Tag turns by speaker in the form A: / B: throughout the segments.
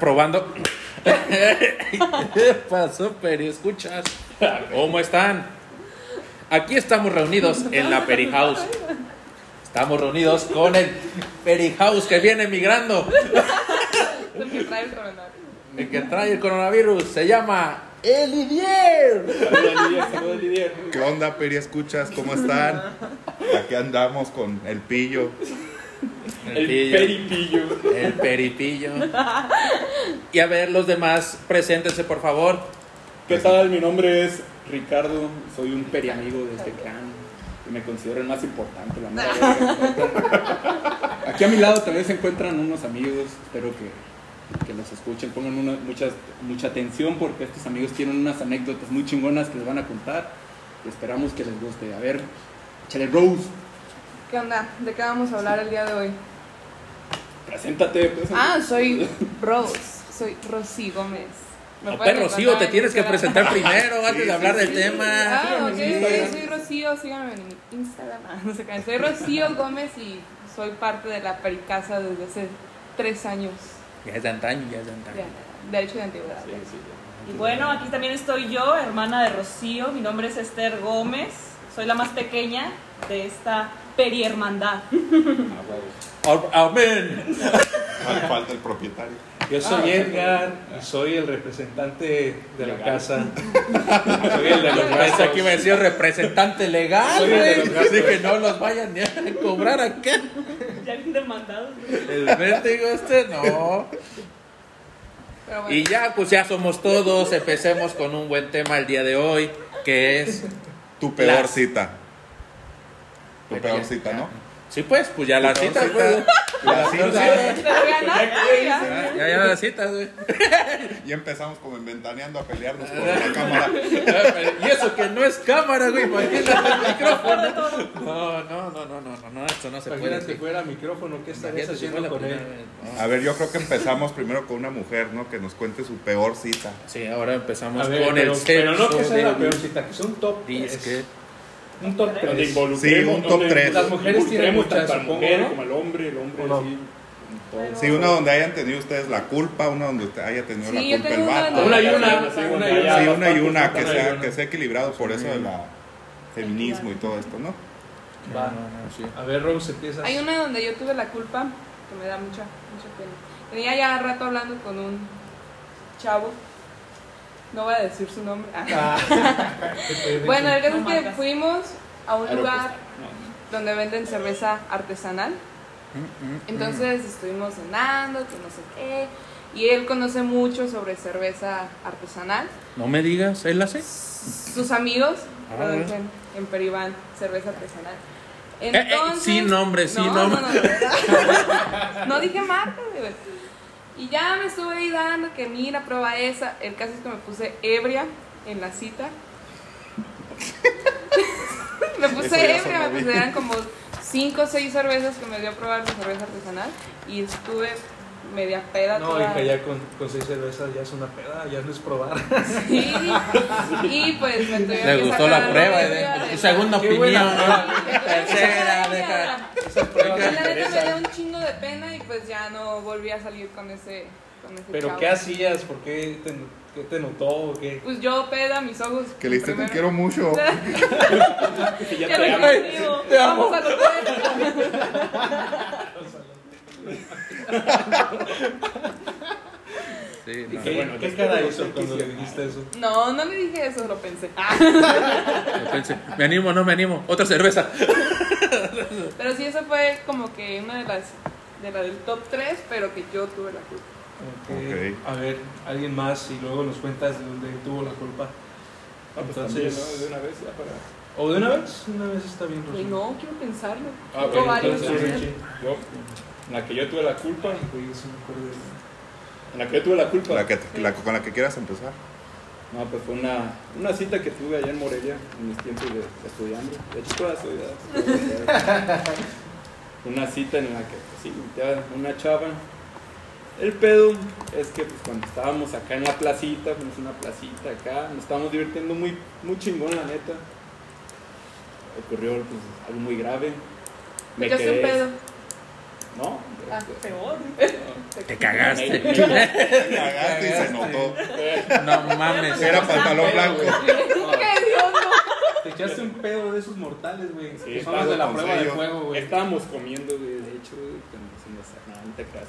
A: probando. ¿Qué pasó, Peri? ¿Escuchas? ¿Cómo están? Aquí estamos reunidos en la Peri House. Estamos reunidos con el Peri House que viene migrando.
B: Porque trae el coronavirus.
A: El que trae el coronavirus se llama Elidier.
C: ¿Qué onda, Peri? ¿Escuchas? ¿Cómo están? Aquí andamos con el pillo.
D: El peripillo.
A: El peripillo. Y a ver, los demás, preséntense, por favor.
D: ¿Qué tal? Mi nombre es Ricardo, soy un periamigo de este clan. Y me considero el más importante, la mera verga. Aquí a mi lado también se encuentran unos amigos, espero que, que los escuchen, pongan una- muchas- mucha atención porque estos amigos tienen unas anécdotas muy chingonas que les van a contar y esperamos que les guste. A ver, échale Rose,
B: ¿Qué onda? ¿De qué vamos a hablar el día de hoy?
D: preséntate. pues.
B: Ah, soy Rose. Soy Rosy Gómez. Me
A: No,
B: pueden
A: pero Rocío,
B: encontrar
A: te
B: en
A: tienes que
B: Instagram.
A: presentar primero antes de hablar del tema.
B: Ah, ok,
D: Síganme en Instagram.
B: ok, soy Rocío, síganme en Instagram. Ah, no sé qué. Soy Rocío Gómez y soy parte de la pericasa desde hace tres años.
A: Ya es de antaño, ya es de
B: Ya,
A: antaño.
B: derecho de antigüedad.
D: Sí, sí.
E: Y bueno, aquí también estoy yo, hermana de Rocío. Mi nombre es Esther Gómez. Soy la más pequeña de esta perihermandad.
D: Ah, huevo.
A: Am- Amén.
C: Falta el propietario.
F: Yo soy Edgar y soy el representante de la
D: Legal.
F: casa. Soy el de los
A: Pensé
F: gastos.
A: que iba a decir representante legal,
F: Soy el de los
A: güey. Así que no los vayan ni a cobrar acá.
E: Ya bien demandados.
A: El vértigo este, no.
B: Pero bueno,
A: Y ya, pues ya somos todos. Empecemos con un buen tema el día de hoy, que es...
C: Tu peor
A: Las-
C: cita. Tu peor cita, ¿no?
B: Ah.
A: Sí, pues, pues ya la
C: Tu peor
A: cita, pues. Ya,
C: La cita.
B: Pero ganaste, ya.
A: ya, ya la cita, güey.
C: Y empezamos como inventaneando a pelearnos por la cámara.
A: Y eso que no es cámara, güey, imagínate el micrófono. No, no, no, no, no, no, no, esto no se puede.
F: Imagínate
A: güey.
F: fuera micrófono, ¿qué estarías
A: Imagínate si fue
F: haciendo
A: la
F: con
A: primera
F: él?
A: vez, ¿no?
C: A ver, yo creo que empezamos primero con una mujer, ¿no? Que nos cuente su peor cita.
A: Ah, Sí, ahora empezamos
F: A ver,
A: con
F: pero,
A: el sexo.
F: pero no que sea
A: del
F: la peor cita, que sea un top
A: disque.
F: 3. Un top
D: Donde
F: 3.
D: involucremos-
C: un top
D: donde
C: tres.
D: Las mujeres tienen
F: muchas,
D: tanto a la
F: supongo,
D: mujer
F: ¿no?
D: como el hombre, el hombre
F: ¿O no?
D: sí.
C: Sí, una donde hayan tenido ustedes la culpa, una donde usted haya tenido
B: Sí,
C: la
B: yo
C: culpa
B: tengo
C: el
B: una
C: vato.
B: donde-
F: Una y una,
D: Sí,
F: una y una.
C: Sí, una y una, que
F: Una y
C: sea,
F: una.
C: que sea equilibrado por eso de la feminismo y todo esto, ¿no?
F: Va. A ver, Rose, empiezas.
B: Hay una donde yo tuve la culpa, que me da mucha, mucha pena. Tenía ya rato hablando con un chavo. No voy a decir su nombre. Ah. Bueno, el caso
E: No
B: es que
E: marcas.
B: fuimos a un
D: Claro,
B: lugar
D: pues, no. Mm,
B: donde venden cerveza artesanal. Entonces estuvimos cenando, que no sé qué. Y él conoce mucho sobre cerveza artesanal.
A: No me digas, él hace.
B: Sus amigos
A: Ah,
B: lo
A: bueno.
B: dicen en Peribán, cerveza artesanal.
A: eh, sin nombre, sin nombre.
B: No, no, no. No dije marca, güey. Y ya me estuve ahí dando que mira, prueba esa. El caso es que me puse ebria en la cita. me
C: Eso
B: puse
C: ya
B: ebria,
C: sonó
B: me puse,
C: bien.
B: eran como 5 o 6 cervezas que me dio a probar de cerveza artesanal. Y estuve media peda
F: No,
B: toda-
F: hija, ya con, con seis cervezas ya es una peda, ya no es probar.
B: Sí. Y pues me tuvieron
A: Le
B: que
A: gustó la
B: sacar
A: prueba,
B: ebria
A: eh,
B: de
A: tu
B: la-
A: segunda
F: Qué buena
A: opinión,
F: prueba.
A: ¿no? Tercera,
B: Tercera,
A: deja.
F: Esas pruebas
B: La neta me dio
F: interesan.
B: un chingo de pena y pues ya no volví a salir con ese, con ese
F: Pero,
B: chavo.
F: ¿qué hacías? ¿Por qué te, qué te notó? ¿O qué?
B: Pues yo peda mis ojos.
C: Que le diste te
B: primero.
C: quiero mucho.
D: Que ya
B: Ya
D: te
B: me
D: amo.
B: contigo.
A: Te amo.
B: Vamos a comer.
A: Sí,
F: ¿Qué,
A: no.
D: que- bueno,
F: qué
D: después
F: cara
D: de los
F: hizo cuando le
D: seis,
F: dijiste eso?
B: No, no le dije eso, lo pensé.
A: Yo pensé, me animo, no me animo. Otra cerveza.
B: Pero sí, eso fue como que una de las de la del top 3, pero que yo tuve la culpa.
C: Ok.
F: Ok. A ver, alguien más y luego nos cuentas de dónde tuvo la culpa.
D: Ah, pues también,
F: Entonces-
D: ¿no? De una vez ya para-
F: ¿O de una vez? Una vez está bien,
B: Y
F: Rocío.
B: no, quiero pensarlo.
D: Ah,
B: Tengo
D: bueno,
B: varios.
D: entonces, Richie, yo, en la que yo tuve la culpa,
F: Güey, sí me acuerdo de-
D: en la que yo tuve la culpa.
C: La que, la- con la que quieras empezar.
D: No, pues fue una, una cita que tuve allá en Morelia en mis tiempos de estudiando. De hecho, todavía estoy, ¿verdad? una cita en la que, pues, sí, ya una chava. El pedo es que pues, cuando estábamos acá en la placita, fuimos a una placita acá, nos estábamos divirtiendo muy, muy chingón, la neta. Ocurrió pues, algo muy grave.
B: Me casé un pedo.
D: No.
B: Ah,
E: Peor.
A: Te cagaste.
D: Me- me-
C: Cagaste y se notó.
A: No mames.
C: Era pantalón blanco.
B: ¡Qué Dios, no!
F: Te echaste un pedo de esos mortales, güey.
D: Sí,
F: que son los
D: claro,
F: de la
C: con
F: prueba de
C: sello.
F: fuego, güey.
D: Estábamos comiendo, güey, de hecho, güey, pero no se nos nada, no te creas.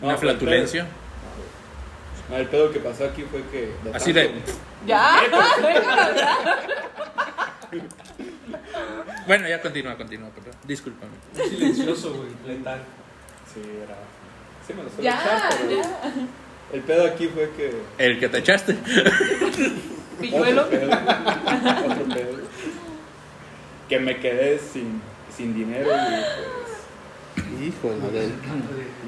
D: No,
A: Una
D: fue el
A: flatulencia.
D: pedo- No, Ah, el pedo que pasó aquí fue que.
A: Así de-
D: tanto-
B: Ya, déjalo hablar.
A: Bueno, ya continúa, continúa, perdón. Discúlpame.
F: Silencioso, güey. Letal.
D: Sí, era. Sí, me lo suelo
B: Ya,
D: echar, pero
B: ya.
D: El pedo aquí fue que.
A: El que te echaste.
B: Pilluelo.
D: Otro pedo, otro pedo. Que me quedé sin, sin dinero. Y
A: Hijo de
D: pues,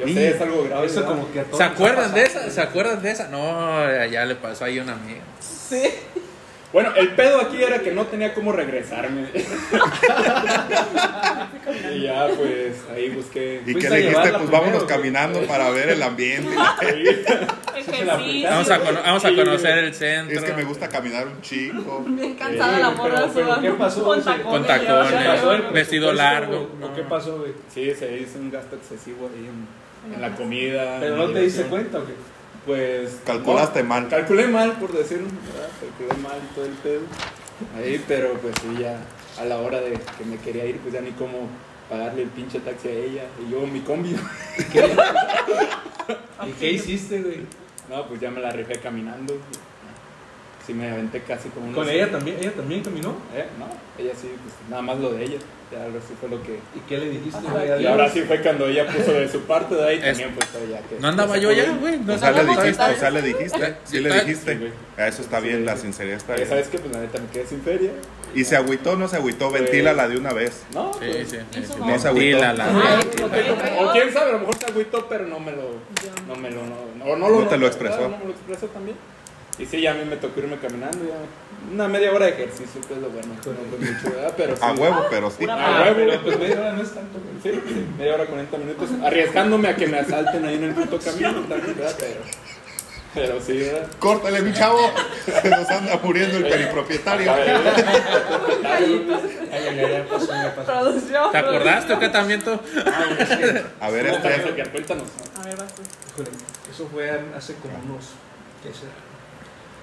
D: yo sé, es algo grave.
F: Eso
D: ¿verdad?
F: como que a todos
A: ¿Se
F: nos ha
A: acuerdan
F: pasado,
A: de esa?
F: güey.
A: ¿Se acuerdan de esa? No, ya le pasó ahí una amiga.
B: Sí.
D: Bueno, el pedo aquí era que no tenía cómo regresarme. y ya, pues ahí busqué.
C: ¿Y
F: Fuiste
C: que
F: a
C: le dijiste?
F: llevarla
C: Pues vámonos
F: primero,
C: caminando para ver el ambiente.
E: Ejercicio.
A: Vamos a, cono- vamos a
D: Sí, güey.
A: conocer el centro.
C: Es que me gusta caminar un chico.
B: Bien cansada
A: Eh,
B: la morra
F: pero- pero
B: suba.
F: ¿qué pasó?
E: Con
F: Sí.
E: tacones.
A: Con
E: llevaba
A: tacones.
E: yo,
A: Pasó el-
E: ¿no?
A: Vestido
F: ¿Qué pasó,
A: largo.
F: güey?
A: No.
F: ¿O qué pasó, güey?
D: Sí, se hizo un gasto excesivo ahí en, en la comida.
F: Pero
D: en
F: no
D: la
F: te diste
D: diversión.
F: cuenta, güey.
D: Pues.
C: Calculaste mal.
D: Calculé mal, por decirlo, ¿verdad? calculé mal todo el pedo. Ahí, pero pues sí, ya a la hora de que me quería ir, pues ya ni cómo pagarle el pinche taxi a ella y yo mi combi.
F: ¿Y qué hiciste, güey?
D: No, pues ya me la rifé caminando. Sí, me aventé casi como unos-
F: Con ella también, ella también caminó.
D: Eh, no, ella sí, pues nada más lo de ella. Ya ahora sí fue lo que.
F: ¿Y qué le dijiste,
E: Ajá,
F: güey?
E: aquí.
D: Y
F: Adiós.
D: ahora sí fue cuando ella puso de su parte de ahí
A: Es-
D: también, pues pero ya que.
A: No andaba
D: que
A: yo
D: se
A: ya,
D: fue.
A: güey. No
C: O sea, le
A: andaba yo.
C: dijiste, o sea, le dijiste. Sí le
D: Sí, güey.
C: dijiste. Ah, Eso está bien, la sinceridad está
D: Pero,
C: bien.
D: ¿Sabes qué? Pues la neta me quedé sin feria.
C: Y se agüitó, no se agüitó, ventílala de una vez.
D: No,
A: Sí,
D: pues,
A: sí. sí.
E: Hizo como-
C: No se agüitó.
A: Dílala.
E: Ay,
D: O
E: ok.
D: o quién sabe, a lo mejor se agüitó, pero no me lo. No me lo. No, no, no lo
C: No te lo
D: no,
C: expresó.
D: No me lo expresó también. Y sí, ya a mí me tocó irme caminando. Ya. Una media hora de ejercicio, pues lo bueno. No fue mucho, ¿verdad? Pero sí.
C: A huevo, pero sí.
E: Una
D: A huevo.
F: Pero pues, güey, ahora no es tanto, güey.
D: Sí, sí, media hora, 40 minutos. Arriesgándome a que me asalten ahí en el puto camino también, ¿verdad? Pero. Pero sí, ¿verdad?
C: Córtale, mi chavo. Se nos anda muriendo el peripropietario.
D: A ver, ¿verdad?
F: Ay, ay, ay, ya pasó, ya pasó.
E: Producción.
A: ¿Te acordaste o qué también tú?
C: A ver,
D: ¿Cómo está eso?
C: este.
D: Ya, Cuéntanos.
E: A ver, vas tú.
F: Híjole, eso fue hace como unos. ¿Qué será?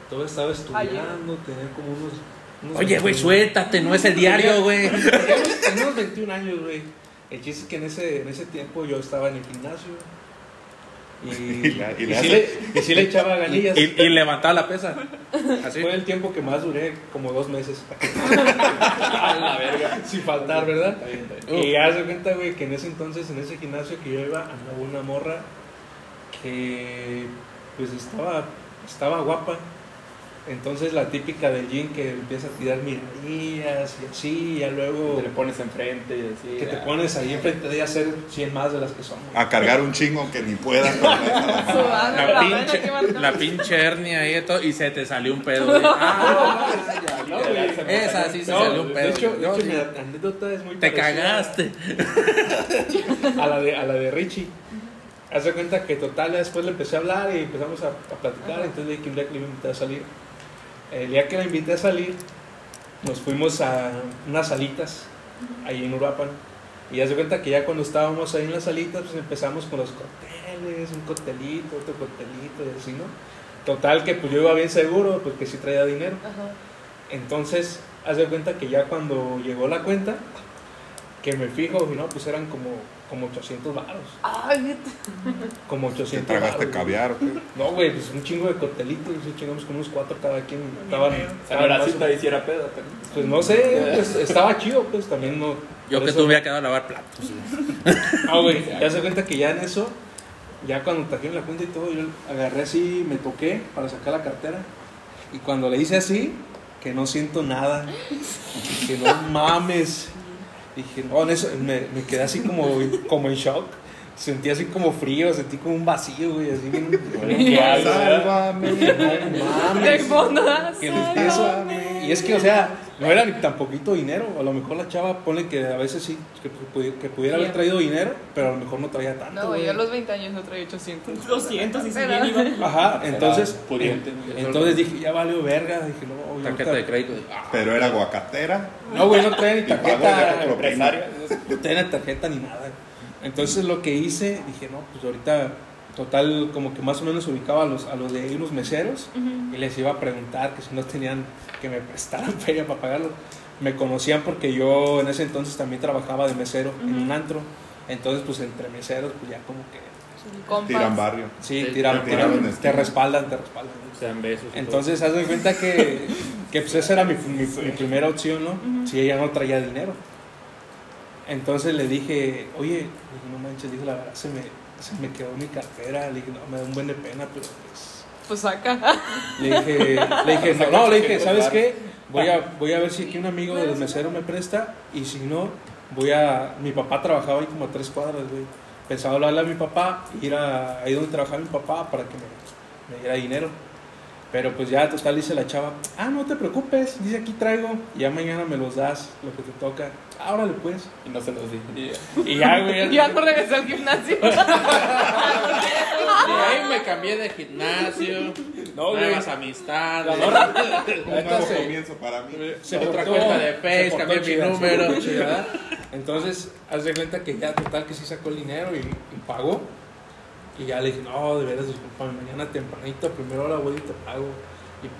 F: Todo estaba estudiando, tenía como unos. unos
A: Oye, güey,
F: 21.
A: suéltate, no es el diario, güey.
F: Tenía unos 21 años, güey. El chiste es que en ese, en ese tiempo yo estaba en el gimnasio. Y,
C: Y la- y le
F: y sí,
C: hace-
F: le, y sí le echaba
A: Y,
F: ganillas.
A: y levantaba la pesa. Así.
F: Fue el tiempo que más duré, como dos meses.
D: A la verga.
F: Sin faltar, ¿verdad?
D: Está bien, está bien.
A: Uh,
F: Y
A: Oh.
F: ya se cuenta, güey, que en ese entonces, en ese gimnasio que yo iba, andaba una morra que, pues, estaba, estaba guapa. Entonces, la típica del gym que empieza a tirar miradillas y así, y ya luego
D: Te le pones enfrente y así.
A: pues,
F: que te
D: ah,
F: pones ahí enfrente de ella a hacer 100 más de las que son. güey.
A: Ah,
C: A cargar un chingo que ni puedas. pero ahí está la-
B: Subando
A: La
B: vena,
A: pinche,
B: qué marcado.
A: la pinche hernia y todo, y se te salió un pedo. güey. Ah,
D: ya, ya, ya, ya, se me
A: Esa
D: salió.
A: sí se
F: No,
A: pues, salió un
F: de
A: pedo.
F: hecho, de
A: Yo
F: hecho,
A: sí.
F: mi anécdota es muy
A: te
F: parecida
A: cagaste.
F: A la de, a la de Richie. Hace cuenta que total, ya después le empecé a hablar y empezamos a, a platicar. Entonces le dije que un día que le iba a invitar a salir. El día que la invité a salir, nos fuimos a unas salitas ahí en Uruapan. Y hace cuenta que ya cuando estábamos ahí en las salitas, pues empezamos con los cócteles, un coctelito, otro coctelito y así, ¿no? Total, que pues yo iba bien seguro, porque sí traía dinero.
B: Ajá.
F: Entonces, haz de cuenta que ya cuando llegó la cuenta, que me fijo, y no, pues eran como, como 800 varos.
B: Ay, neta.
F: Como
C: ¿Te
F: 800
C: tragaste
F: varos, güey.
C: caviar? o qué?
F: No, güey, pues un chingo de coctelitos, nos chingamos con unos cuatro cada quien. Estaban,
D: O sea, no
F: estaban
D: era
F: más-
D: cita hiciera pedo también.
F: pues no sé, pues estaba chido, pues también no.
A: Yo
F: por
A: que
F: eso-
A: tú me había quedado a lavar platos.
F: No, güey, ya se cuenta que ya en eso, ya cuando trajeron la cuenta y todo, yo agarré así, me toqué para sacar la cartera. Y cuando le hice así, que no siento nada. Que no mames. Dije, no, en eso me, me quedé así como, como en shock. Sentí así como frío, sentí como un vacío, güey, así bien.
D: Bueno, ya, ¿verdad?
C: Sálvame.
F: No
E: De
F: mames.
E: fondo. ¿verdad?
F: Que les pesa. Y es que, o sea, no era ni tan poquito dinero. A lo mejor la chava pone que a veces sí, que, pudi- que pudiera haber traído dinero, pero a lo mejor no traía tanto.
B: No, güey,
F: güey.
B: yo a los 20 años no traía 800.
E: 200 y si
B: Pero-
E: bien iba.
F: Ajá,
D: Era
F: entonces, eh,
D: pudiente, güey.
F: entonces dije, ya valió verga. Dije, no, yo
A: Tarjeta de
F: ahorita-
A: crédito. Ah,
C: Pero era aguacatera.
F: No, güey, no traía ni
C: Y pago de
F: tarjeta.
C: propina.
D: Empresario.
F: No traía ni tarjeta ni nada. Entonces lo que hice, dije, no, pues ahorita total como que más o menos ubicaba a los, a los de ahí, unos meseros y les iba a preguntar que si no tenían que me prestaran feria para pagarlo. Me conocían porque yo en ese entonces también trabajaba de mesero en un antro. Entonces pues entre meseros pues ya como que
C: Tiran barrio.
F: sí,
A: Sí,
F: tiran,
C: te
F: tiran,
C: tiraron
F: te
C: esquina.
F: respaldan, te respaldan.
A: Se dan besos. y todo.
F: Entonces, haz de cuenta que, que pues esa era mi, mi- mi primera opción, ¿no? Si ella no traía dinero. Entonces le dije, oye, le dije, no manches, dijo, la verdad, se me, se me quedó mi cartera. Le dije, no, me da un buen de pena, pero pues...
B: Pues saca.
F: Le dije, le dije, no, no, le dije, ¿sabes qué? Voy a, voy a ver si aquí un amigo del mesero me presta y si no, voy a... Mi papá trabajaba ahí como a tres cuadras, güey. Pensaba hablarle a mi papá, ir a ahí donde trabajaba mi papá para que me, me diera dinero. Pero pues ya, total, dice la chava, ah, no te preocupes, dice aquí traigo, y ya mañana me los das, lo que te toca. Ah, órale pues.
D: Y no se los dije.
F: Y ya, güey.
B: Ya no regresé al gimnasio.
A: De ahí me cambié de gimnasio.
F: No, güey.
A: nuevas amistades.
F: La morra-
C: Un nuevo
F: Entonces-
C: comienzo para mí.
F: se
A: Otra
F: portó-
A: cuenta de
F: se
A: Face,
F: portó
A: cambié mi
F: chida, se
A: número.
F: portó chida, ¿verdad? Entonces, haz de cuenta que ya total que sí sacó el dinero y, y pagó. Y ya le dije, no, de veras, discúlpame, mañana tempranito, a primera hora voy y te pago.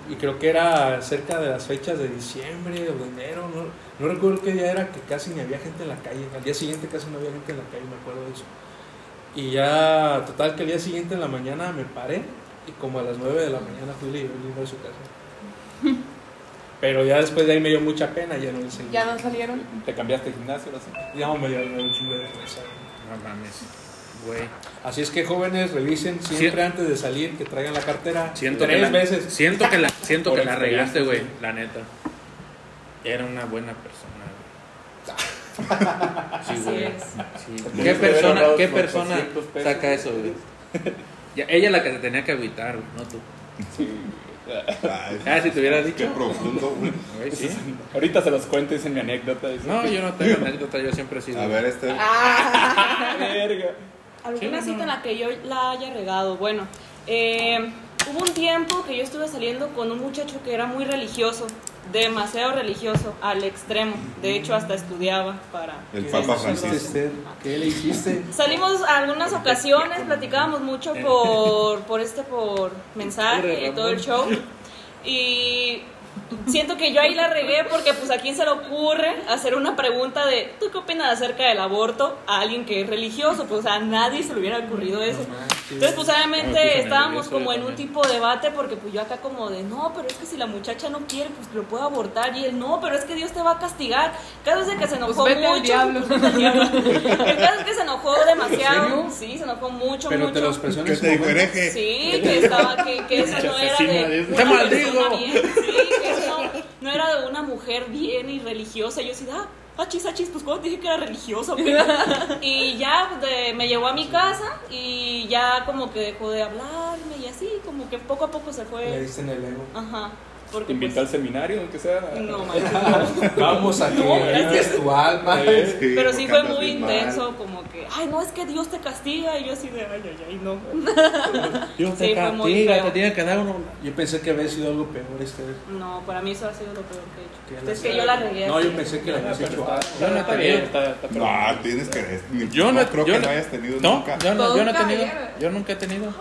F: Y, y creo que era cerca de las fechas de diciembre o de enero, no, no recuerdo qué día era, que casi ni había gente en la calle. Al día siguiente casi no había gente en la calle, me acuerdo de eso. Y ya, total, que al día siguiente en la mañana me paré y como a las 9 de la mañana fui y le llevé el dinero a su casa. Pero ya después de ahí me dio mucha pena, ya no le seguí.
B: Ya no salieron.
D: Te cambiaste de gimnasio, ahora sí.
F: No, me dio un chingo de vergüenza.
A: No mames. Güey.
F: Así es que jóvenes, revisen siempre antes de salir que traigan la cartera
A: Siento que
F: tres
A: la,
F: veces.
A: Siento que la, siento
D: Por
A: que la
D: experiencia,
A: regaste, güey. La neta. Era una buena persona, güey. Sí,
E: Así
A: güey.
E: es.
A: Sí.
D: Porque
A: ¿Qué
D: yo hubiera
A: persona,
D: ahorrado
A: qué
D: los
A: persona
D: 400 pesos.
A: saca eso, güey? Ya, ella la que te tenía que agüitar, güey, no tú.
C: Ay,
A: Ah, si te hubiera
C: qué
A: dicho.
C: profundo, güey.
A: Güey, sí.
D: Ahorita se los cuento, dicen mi anécdota. dicen,
A: No, yo no tengo anécdota, yo siempre he sido.
C: A ver, este.
E: Ah.
D: "Ah, verga.
E: ¿Alguna
A: Sí, no,
E: cita en la que yo la haya regado? Bueno, eh, hubo un tiempo que yo estuve saliendo con un muchacho que era muy religioso, demasiado religioso, al extremo. De hecho, hasta estudiaba para...
C: El
E: ser
C: Papa
E: sacerdote.
C: Francisco.
F: este, ¿Qué le hiciste?
E: Salimos a algunas ocasiones, platicábamos mucho por, por este, Eh. por mensaje y todo el show. Y siento que yo ahí la regué porque pues a quién se le ocurre hacer una pregunta de ¿tú qué opinas acerca del aborto a alguien que es religioso? Pues a nadie se le hubiera ocurrido eso. Entonces pues obviamente estábamos como en un tipo de debate porque pues yo acá como de no, pero es que si la muchacha no quiere pues lo puede abortar y él no, pero es que Dios te va a castigar. Cada vez que se enojó
B: vete al
E: mucho,
B: diablo.
E: pues, vete al diablo. El caso es que se enojó demasiado.
F: ¿En serio?
E: Sí, se enojó mucho,
F: Pero
E: mucho.
F: te los presiones.
C: ¿Qué te dijo, hereje?
E: Sí, que estaba, que, que eso no era de
A: ¡Te
E: una
A: maldigo!
E: persona bien. Sí, que eso no era de una mujer bien y religiosa. Yo sí, ah, achis, achis, pues cuando dije que era religiosa. güey? Y ya pues, de- me llevó a mi casa y ya como que dejó de hablarme y así, como que poco a poco se
F: Le
E: fue.
F: diste en el ego.
E: Ajá. Porque,
D: Te invitó al seminario, aunque sea.
E: pues, no, man.
F: Vamos a que
E: No, gracias.
F: limpies tu alma.
D: Eh,
E: Pero
C: porque
E: sí fue
C: andas
E: muy
C: bien mal.
E: intenso, como que, ay, no, es que Dios te castiga. Y yo así de, ay, ay, ay, no.
A: Dios
E: Sí,
A: te
E: fue muy
A: castiga,
E: feo.
A: te tiene que dar uno.
F: Yo pensé que había sido algo peor este.
E: No, para mí eso ha sido lo peor que he hecho.
F: Que
E: es que yo la regué.
F: No,
E: así.
F: yo pensé que la habías hecho algo.
A: Yo no
D: Ah, está
A: te
D: bien,
A: vi.
D: está- está
C: No, tienes que. ni-
A: Yo no-
C: creo
A: yo
C: que
A: no-
C: no hayas tenido
A: No,
C: nunca.
A: yo no, yo no he
B: Nunca
A: tenido.
B: había.
A: Yo nunca he tenido.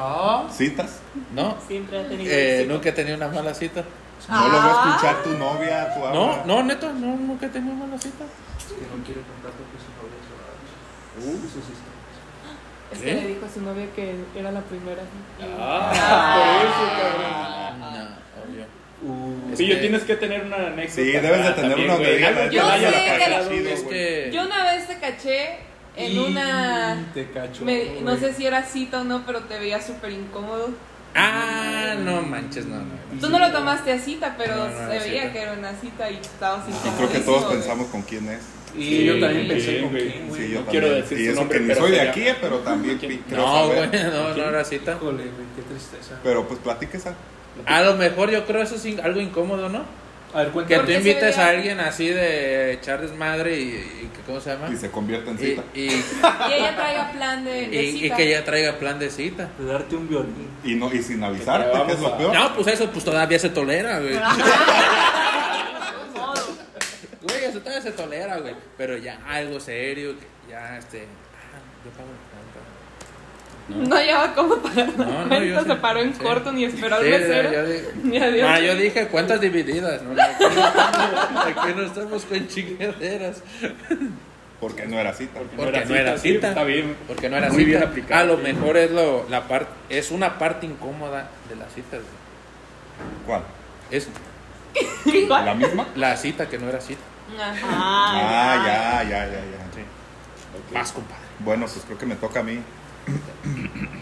F: Ah,
C: ¿Citas?
A: No,
E: Siempre ha tenido.
A: eh,
E: éxito.
A: nunca he tenido una mala cita.
C: No lo va a escuchar
E: Ah.
C: tu novia, tu
A: No,
C: ama.
A: no, neto, no, nunca he tenido mala cita.
F: que no quiero contar con que su novia se va a dar. Eso sí está.
B: Es
A: ¿Eh?
B: que le dijo a su novia que era la primera.
A: Ah,
D: Ah,
A: No, obvio.
D: Uh,
A: Es
D: sí, yo
A: que-
D: tienes que tener una anécdota.
C: Sí, debes de
D: Ah,
C: tener
D: también,
C: uno
D: güey.
C: que diga
D: Algo
C: la
D: que
B: Yo
D: vaya
B: sé
D: la
B: que la-
D: cagada.
A: Es que.
B: Yo una vez te caché en una.
F: Y Te cacho.
B: me- no
F: güey.
B: sé si era cita o no, pero te veía súper incómodo.
A: Ah, no manches, no, no.
B: Tú no lo tomaste a cita, pero
A: No, no Ah,
B: se
A: era
B: veía
A: cita.
B: que era una cita y estabas
C: Y creo que todos pensamos con quién es.
F: Y
D: Sí,
F: yo también pensé
D: sí,
F: con
D: güey.
F: quién,
C: Sí,
F: güey.
C: yo
D: no quiero
C: también.
D: decir
C: Y
D: su
C: eso
D: nombre,
C: que ni
D: pero
C: soy de
D: sería-
C: aquí, eh, pero también
D: ¿Quién?
C: quiero
A: No, güey,
C: saber.
A: no, no era cita.
F: Híjole, güey, qué tristeza.
C: Pero pues platíquesa.
A: A lo mejor yo creo eso es in- algo incómodo, ¿no?
F: A ver,
A: Que
F: cuéntame.
A: tú
B: Porque se
A: invites
B: veía-
A: a alguien así de echar desmadre y, y que- ¿cómo se
D: Ah.
A: llama?
C: Y se convierte en
A: Y,
C: cita.
A: y-
B: Y ella traiga plan de, de
A: y- y
B: cita.
A: que ella traiga plan de cita.
F: De darte un violín.
C: Y, no, y sin avisarte,
D: vamos
C: que es
D: a-
C: lo peor.
A: No, pues eso pues todavía se tolera, güey. Güey, eso todavía se tolera, güey. Pero ya algo serio, que ya este. Yo pago la
B: No lleva como pagar
A: No,
B: la
A: no,
B: cuenta,
A: yo
B: se
A: sí.
B: paró en
A: Sí.
B: corto ni esperó al
A: cuenta.
B: mesero.
A: yo dije,
B: Ni adiós.
A: Ah, yo dije cuentas divididas. No, no, aquí no estamos- aquí no estamos con chingaderas.
C: Porque no era cita.
A: Porque no era
D: sí,
A: cita.
D: Está bien.
A: Porque no era
D: Muy
A: cita.
D: bien aplicado,
A: A lo
D: sí.
A: mejor es lo, la parte es una parte incómoda de las citas. güey.
C: ¿Cuál?
A: Es
B: "Ah,
C: ¿La misma?
A: la cita que no era cita.
B: Ajá.
C: Ah, ya, ya, ya, ya.
A: Sí.
C: Ok.
A: Más compadre.
C: Bueno, pues creo que me toca a mí.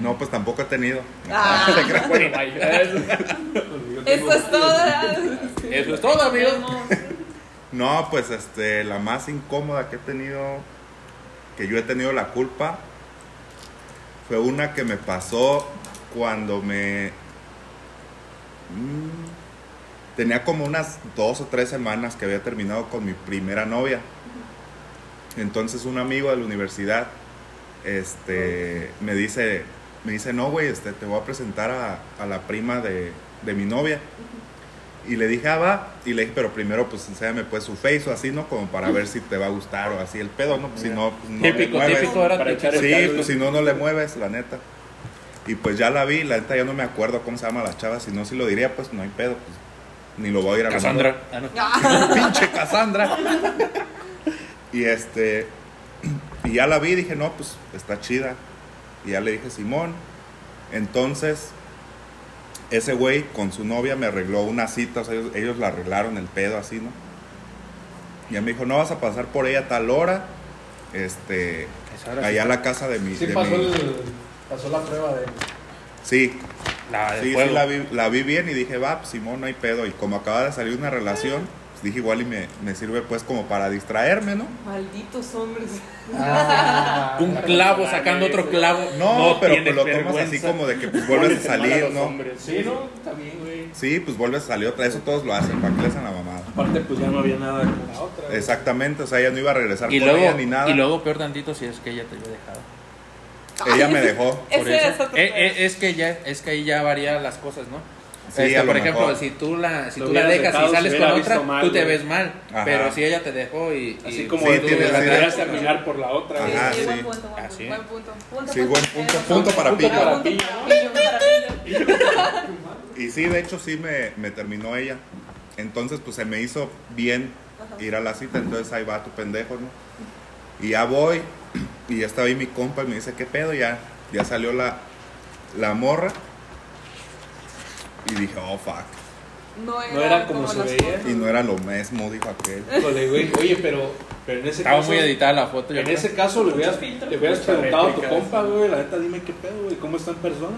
C: No, pues tampoco he tenido.
B: Ah.
C: ¿Te creas?
D: Bueno, vaya. Eso
B: Eso es todo.
A: Eso es todo, amigos.
C: No, pues este, la más incómoda que he tenido, que yo he tenido la culpa, fue una que me pasó cuando me... mm, tenía como unas dos o tres semanas que había terminado con mi primera novia. Entonces un amigo de la universidad este, me dice, me dice, no, güey, este, te voy a presentar a, a la prima de, de mi novia. Y le dije, ah, va. Y le dije, pero primero, pues, enséñame, pues, su face o así, ¿no? Como para ver si te va a gustar o así el pedo, ¿no? Pues, si no, pues, no le
A: típico,
C: mueves.
A: típico era
D: Para echar el
C: Sí,
D: caldo.
C: pues, si no, no le mueves, la neta. Y, pues, ya la vi. La neta, yo no me acuerdo cómo se llama la chava. Si no, si lo diría, pues, no hay pedo. Pues, ni lo voy a ir a la
A: Cassandra. Ah, no.
C: pinche Cassandra. y este, y ya la vi y dije, no, pues está chida. Y ya le dije, Simón. Entonces, ese güey con su novia me arregló una cita, o sea, ellos, ellos la arreglaron el pedo así, ¿no? Y ya me dijo, no vas a pasar por ella a tal hora, este,
A: Esa era
C: allá a la casa de mi.
F: Sí
C: de
F: pasó,
C: mi-
F: el, pasó la prueba de...
C: Sí,
A: La de
C: Sí, sí,
A: fuego.
C: la vi, la vi bien y dije, va, pues, Simón, no hay pedo. Y como acaba de salir una relación, pues, dije, igual y me, me sirve pues como para distraerme, ¿no?
B: Malditos hombres.
A: Un clavo sacando otro clavo.
C: No, pero
A: tiene
C: pues, lo tomas así
A: vergüenza.
C: como de que pues, vuelves a salir, ¿no?
F: Sí, ¿no? También, güey.
C: Sí, pues vuelves a salir otra vez, eso todos lo hacen, ¿para qué le hacen la mamada?
D: Aparte, pues ya no había nada con la otra. güey.
C: Exactamente, o sea, ella no iba a regresar
A: Y
C: con ella
A: luego,
C: ni nada.
A: y luego peor tantito si es que ella te había dejado.
C: Ella me dejó.
A: Por
B: Ese
A: eso.
B: es otro.
A: Eh,
B: pedo.
A: eh, es que ya, es que ahí ya varían las cosas, ¿no?
C: Sí,
A: Este,
C: a lo
A: por ejemplo,
C: mejor.
A: si tú la, si
F: Lo
A: tú la
F: hubieras
A: dejas
F: dejado,
A: y sales
F: se
A: con
F: hubiera
A: otra,
F: visto mal,
A: tú te
F: güey.
A: ves mal.
C: Ajá.
A: Pero si ella te dejó y. y-
F: Así como
C: Sí,
F: tú
C: tienes
F: la
C: idea.
F: querías terminar por la otra. güey.
C: Ajá,
B: sí,
C: sí.
B: buen punto, buen
A: Así.
B: punto. Buen punto. Punto,
C: Sí, buen punto, punto para
F: Punto
C: pillo.
F: para
B: Punto
F: pillo.
B: para pillo, para pillo.
C: Y sí, de hecho sí me, me terminó ella. Entonces, pues se me hizo bien ir a la cita, entonces ahí va tu pendejo, ¿no? Y ya voy, y ya estaba ahí mi compa y me dice, ¿qué pedo? Ya, ya salió la, la morra. Y dije, oh, fuck.
B: No era,
F: No era como se
B: las
F: veía.
B: fotos.
C: Y no era lo mismo, dijo aquel.
F: Híjole, güey. Oye, pero, pero en ese
A: Estaba
F: caso.
A: muy editada la foto. yo
F: en
A: creo.
F: ese caso le hubieras, le hubieras
D: Muchas
F: preguntado a tu
D: réplicas.
F: compa, güey. La neta, dime qué pedo, güey. ¿Cómo está en persona?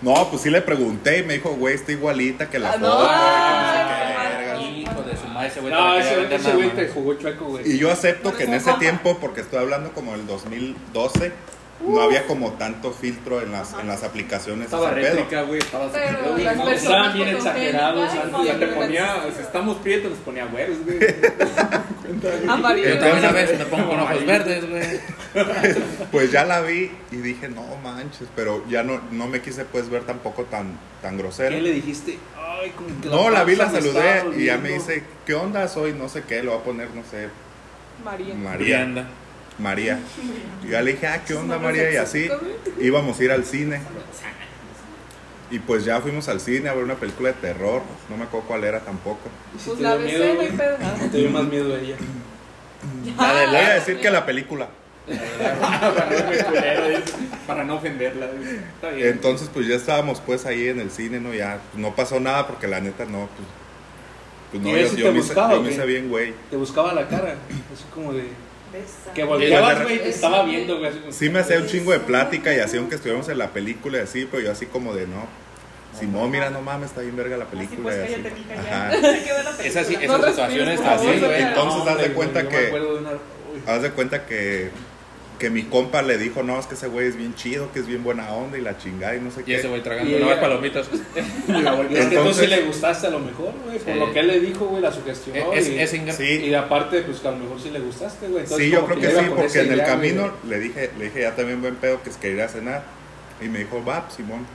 C: No, pues sí le pregunté y me dijo, güey, está igualita que la
B: Ah, no.
C: foto.
B: Ay,
C: que no sé qué, verga.
A: Hijo de su madre, ese güey.
F: No,
A: te quería
F: ese
A: vender
F: ese
A: nada
F: güey
A: más.
F: te jugó chueco, güey.
C: Y yo acepto que en ese
B: Ajá.
C: tiempo, porque estoy hablando como del 2012, no había como tanto filtro en las, en las aplicaciones.
D: Estaba
C: ese pedo.
D: réplica, güey. Estaba así,
B: Pero
D: güey.
B: las
D: No,
B: personas
D: Estaban bien
B: fotogénicas,
D: exagerados antes.
B: ay,
D: ya te
B: no,
D: ponía,
B: gracias.
D: si estamos prietos, nos ponía güeros, güey.
A: Yo
B: Amarillo.
A: también a veces me pongo con ojos verdes, güey.
C: Pues ya la vi y dije, no manches, pero ya no, no me quise pues ver tampoco tan, tan grosero.
D: ¿Qué le dijiste? Ay, como que
C: No, la vi, la
D: panza me estaba
C: saludé y ya me
D: doliendo.
C: dice, ¿qué onda soy? No sé qué, lo va a poner, no sé,
B: María.
C: María.
A: Brianda.
C: María. Y ya le dije, ah, ¿qué onda,
B: nombres
C: María? Y así íbamos a ir al cine. Y pues ya fuimos al cine a ver una película de terror. No me acuerdo cuál era tampoco.
D: ¿Y si
B: Pues
D: te
B: la
D: dio
B: besé,
D: miedo,
B: no hay
D: güey?
B: pedo. nada.
D: Te dio más miedo a ella.
C: Voy
B: Ah.
C: a decir que la película.
D: para, no me culero, dice, para no ofenderla. dice. Está bien.
C: Entonces pues ya estábamos pues ahí en el cine, ¿no? Ya no pasó nada porque la neta no, pues... pues,
D: ¿Y
C: no,
D: ves
C: yo,
D: si
C: yo
D: te
C: me hice,
D: gustaba
C: yo
D: o
C: me
D: qué?
C: hice bien, güey.
D: Te buscaba la cara, así como de.
E: Besa.
D: Que
C: Y
D: volteabas,
C: de-
D: güey, te estaba viendo, güey. así como-
C: Sí me hacía un chingo de plática y así aunque estuviéramos en la película y así, pero yo así como de no. Si no, mira, no mames, está bien verga la película. y así. Ajá.
A: Esas, sí-
B: No
A: esas
B: respires,
A: situaciones
B: por favor,
A: así,
B: saca-
A: güey.
B: Entonces,
D: No,
C: haz de
D: hombre, güey,
C: cuenta
D: yo
C: que-
D: Me acuerdo de una. uy,
C: Haz de cuenta que, que mi compa le dijo, no, es que ese güey es bien chido, que es bien buena onda y la chingada y no sé
A: Y
C: qué.
A: ese güey
D: Y
A: tragando nuevas
D: ella-
A: palomitas.
D: la volteé. es que tú sí
C: Entonces-
D: le gustaste a lo mejor, güey. Por
A: Sí. E-
D: lo que él le dijo, güey, la sugestionó.
A: Es-
D: y,
A: es ingra-
C: Sí,
D: y aparte, pues que a lo mejor sí le gustaste, güey. Entonces,
C: sí, yo
D: como
C: creo
D: que
C: que
D: iba
C: sí,
D: con
C: porque
D: esa
C: en el
D: idea,
C: camino
D: güey.
C: le dije, le dije ya también buen pedo que es que ir a cenar. Y me dijo, va, Simón.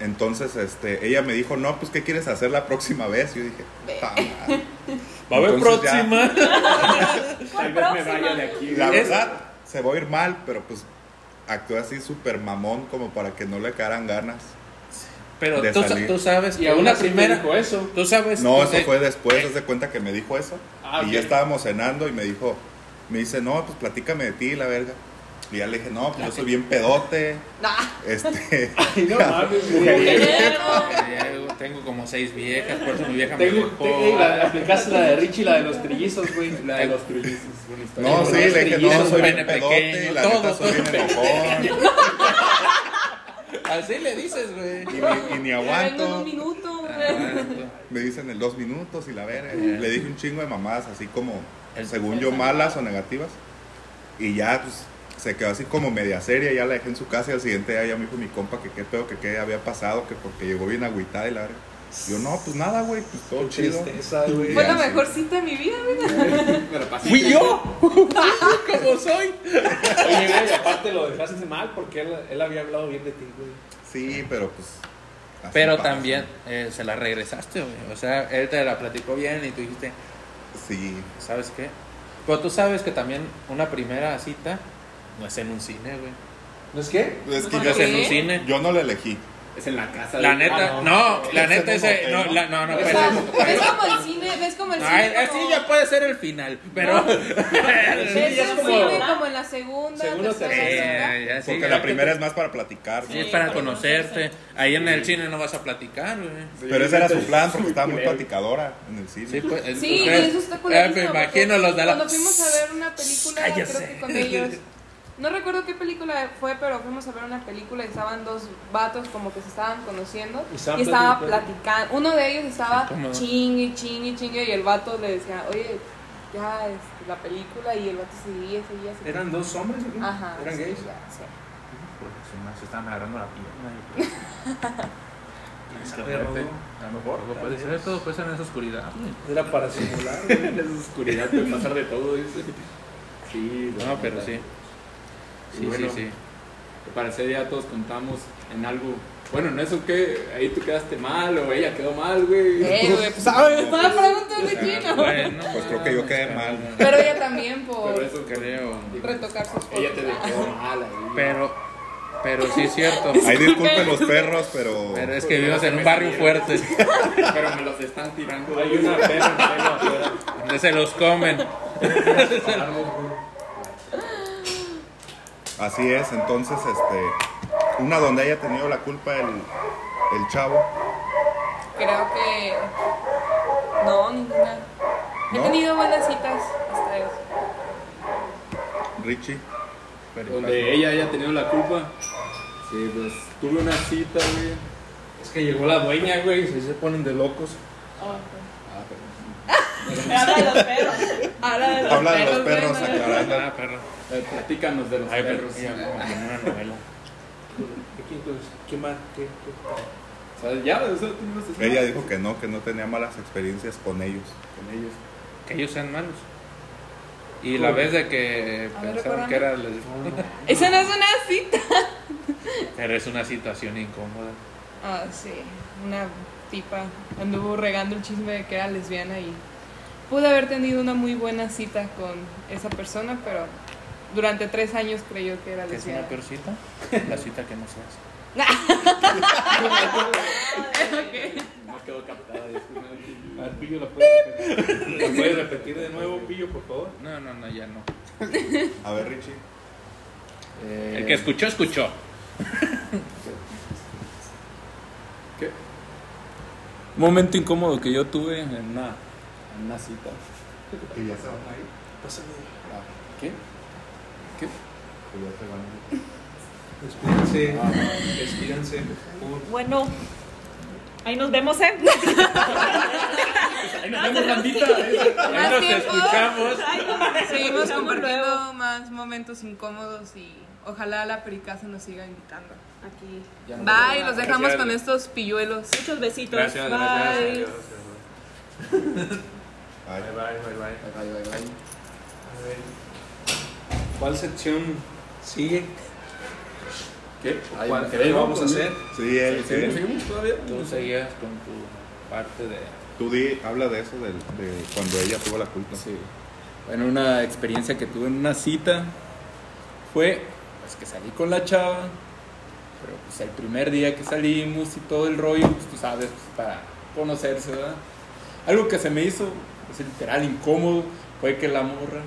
C: Entonces, este, ella me dijo, no, pues, ¿qué quieres hacer la próxima vez? Yo dije, "Ta madre".
A: Va a haber
C: Entonces ya-
A: próxima.
D: Tal vez me vaya de aquí.
C: La
A: Es-
C: verdad, se va a ir mal, pero pues actué así súper mamón como para que no le quedaran ganas.
A: Pero
C: De
A: tú, sa-
C: salir.
A: tú sabes
D: Y
A: que
D: aún
A: una
D: así me
A: primera.
D: dijo eso.
A: Tú sabes.
C: No,
A: tú
C: eso
A: te-
C: fue después, haz de cuenta que me dijo eso.
D: Ah,
C: y
D: ok.
C: ya estábamos cenando y me dijo, me dice, no, pues platícame de ti, la verga. Y ya le dije, no, pues yo soy bien pedote. Este,
D: Ay, no mames, güey.
B: Mujeriego.
A: Eh, Tengo como seis viejas, por eso mi vieja me
D: Tengo,
A: dejó.
D: tengo la, aplicaste la de Richie, la de los trillizos, güey.
F: La de los trillizos, buena historia.
C: no, sí, le dije, no, soy
A: pene
C: bien pedote
A: pequeño,
C: y la
A: todo,
C: neta soy
A: todo.
C: bien enojón
A: Así le dices, güey.
C: y, ni- y ni
B: Ya vengo en un
C: aguanto.
B: minuto, güey.
A: Ah,
C: Me dicen en dos minutos y la verga. Le dije un chingo de mamadas, así como, según yo, malas o negativas. Y ya, pues, se quedó así como media seria. Ya la dejé en su casa y al siguiente día ya me dijo mi compa que qué pedo, que qué había pasado, que porque llegó bien agüitada y la verga. Yo, no, pues nada, güey, pues
D: Qué
C: todo chido.
D: tristeza, güey.
E: Fue la
C: Ya, sí.
E: mejor cita de mi vida, güey.
F: Me la pasé.
A: Fui yo, como soy.
D: Oye, güey, aparte lo dejaste mal porque él, él había hablado bien de ti, güey.
C: Sí, pero pues. así
A: Pero
C: pasa.
A: también eh, se la regresaste, güey. O sea, él te la platicó bien y tú dijiste,
C: Sí,
A: ¿sabes qué? Pero tú sabes que también una primera cita no es en un cine, güey.
D: ¿No es qué?
C: Pues es que
B: ¿Por
A: No
C: yo,
A: es en un
B: qué?
A: cine.
C: yo no la elegí.
F: Es en la casa.
A: La
F: de-
A: neta,
D: Ah,
A: no, la
C: Es en
A: neta
C: un
A: ese,
C: hotel,
A: no,
C: ¿no?
A: la- no, no,
B: O
A: espérate.
B: sea, ves como el cine, ves como el
A: Ay,
B: cine.
A: así
B: como-
A: ya puede ser el final, pero.
B: Ves
D: ya es
B: el
D: como-
B: cine como en la segunda,
D: Segunda,
B: tercera cita.
A: Eh, ya sí,
C: Porque
A: ya
C: la
A: que-
C: primera es más para platicar. ¿no?
A: Sí, es para
B: Sí, para
A: conocerte. Ahí en el cine no vas a platicar, güey.
C: Pero ese era su plan porque
F: Muy
C: estaba muy
F: culero.
C: platicadora en el cine.
A: Sí, pues,
B: Sí,
A: ustedes-
B: y eso está
A: eh,
B: culerísimo,
A: Me
B: porque
A: imagino los de la.
B: Cuando fuimos a ver una película,
A: cállese.
B: creo que con ellos. No recuerdo qué película fue, pero fuimos a ver una película y estaban dos vatos como que se estaban conociendo
D: Y
B: y,
D: estaban
B: estaba
D: platicando.
B: platicando. Uno de ellos estaba
A: Incómodo.
B: chingue, chingue, chingue y el vato le decía, oye, ya este, la película y el vato seguía, seguía, seguía.
D: ¿Eran dos hombres? güey?
B: Ajá.
D: ¿Eran
B: sí,
D: gays?
B: ya, sí.
A: Se están agarrando la pierna.
D: Ah, A lo mejor.
A: Puede ser, todo puede ser en esa oscuridad.
D: pues, Era para simular, güey. En esa oscuridad puede pasar de todo, dice. Sí, la
A: No, pero
D: neta.
A: sí.
D: Y
A: Sí,
D: bueno,
A: sí, sí.
D: Para ese día todos contamos en algo. Bueno, en eso que ahí tú quedaste mal o ella quedó mal, güey.
B: Eh, güey, pues, ¿sabes? Más preguntas de
A: Ah,
B: chino.
A: bueno,
C: Pues creo que yo quedé mal.
B: Pero ella también por
D: Pero eso
A: Creo.
B: retocar sus fotos.
D: Ella te dejó mal ahí.
A: Pero, pero sí es cierto.
C: Ahí disculpen los perros, pero.
A: Pero es que vivimos en un barrio fuerte
D: Pero me los están tirando. Hay una perra en pelo afuera.
A: donde se los comen.
C: Así es, entonces, este. Una donde haya tenido la culpa el, el chavo.
B: Creo que. No, ninguna. He
C: ¿No?
B: tenido buenas citas hasta eso.
C: Richie.
D: Donde ella haya tenido la culpa. Sí, pues tuve una cita, güey.
F: Es que llegó la dueña, güey. y Se ponen de locos.
B: Habla de los perros. Ah, Habla de los
C: Habla de los
B: güey,
C: perros,
B: no de-
C: aclarando.
A: Ah, perro.
D: Eh, Platícanos de los
A: Ay, pero
D: perros.
A: sí, como que en una novela.
F: ¿Quién, ¿Quién más? ¿Qué, qué?
D: O sea, ya, o sea, tuvimos esa-
C: Ella dijo que no, que no tenía malas experiencias con ellos.
D: Con ellos.
A: Que ellos sean malos. Y la vez de que
B: A ver,
A: pensaron que era. les-
B: Esa no es una cita.
A: Pero es una situación incómoda.
B: Ah, sí. Una tipa anduvo regando el chisme de que era lesbiana y pude haber tenido una muy buena cita con esa persona, pero durante tres años creyó que era
A: ¿Qué es una
B: lesbiana.
A: peor cita? La cita que no se hace.
D: No quedó captada. disculpa.
F: A ver, Pillo, ¿la puedes repetir? ¿La puedes repetir de nuevo, Pillo, por favor?
A: No, no, no, ya no.
C: A ver, Richie.
A: El que escuchó, escuchó.
D: ¿Qué? Momento incómodo que yo tuve en una, en una cita.
C: Que ya se van a ir.
D: ¿Qué?
C: Que ya se van a
F: Despídanse.
D: Ah,
F: Despídanse. por-
B: Bueno, ahí nos vemos, ¿eh?
D: Ahí nos vemos, bandita.
A: Ahí nos escuchamos.
E: Seguimos compartiendo más momentos incómodos y ojalá la pericaza nos siga invitando.
B: Aquí.
E: Bye, los dejamos
A: Gracias.
E: con estos pilluelos.
B: Muchos besitos.
A: Gracias, gracias.
B: Bye.
A: Adiós.
C: ir.
D: Bye,
C: Ay,
D: bye, bye. Bye, bye, bye.
F: A ver. ¿Cuál sección sigue?
D: ¿Qué?
F: Ahí
D: ¿Cuál?
F: ¿Qué vamos a hacer?
C: Sí, él,
D: ¿Seguimos,
C: él.
D: seguimos todavía?
A: Tú seguías con tu parte de.
C: Tú di, habla de eso, de, de cuando ella tuvo la culpa.
D: Sí. Bueno, una experiencia que tuve en una cita fue pues que salí con la chava, pero pues el primer día que salimos y todo el rollo, pues tú sabes, pues, para conocerse, ¿verdad? Algo que se me hizo, pues, literal, incómodo, fue que la morra,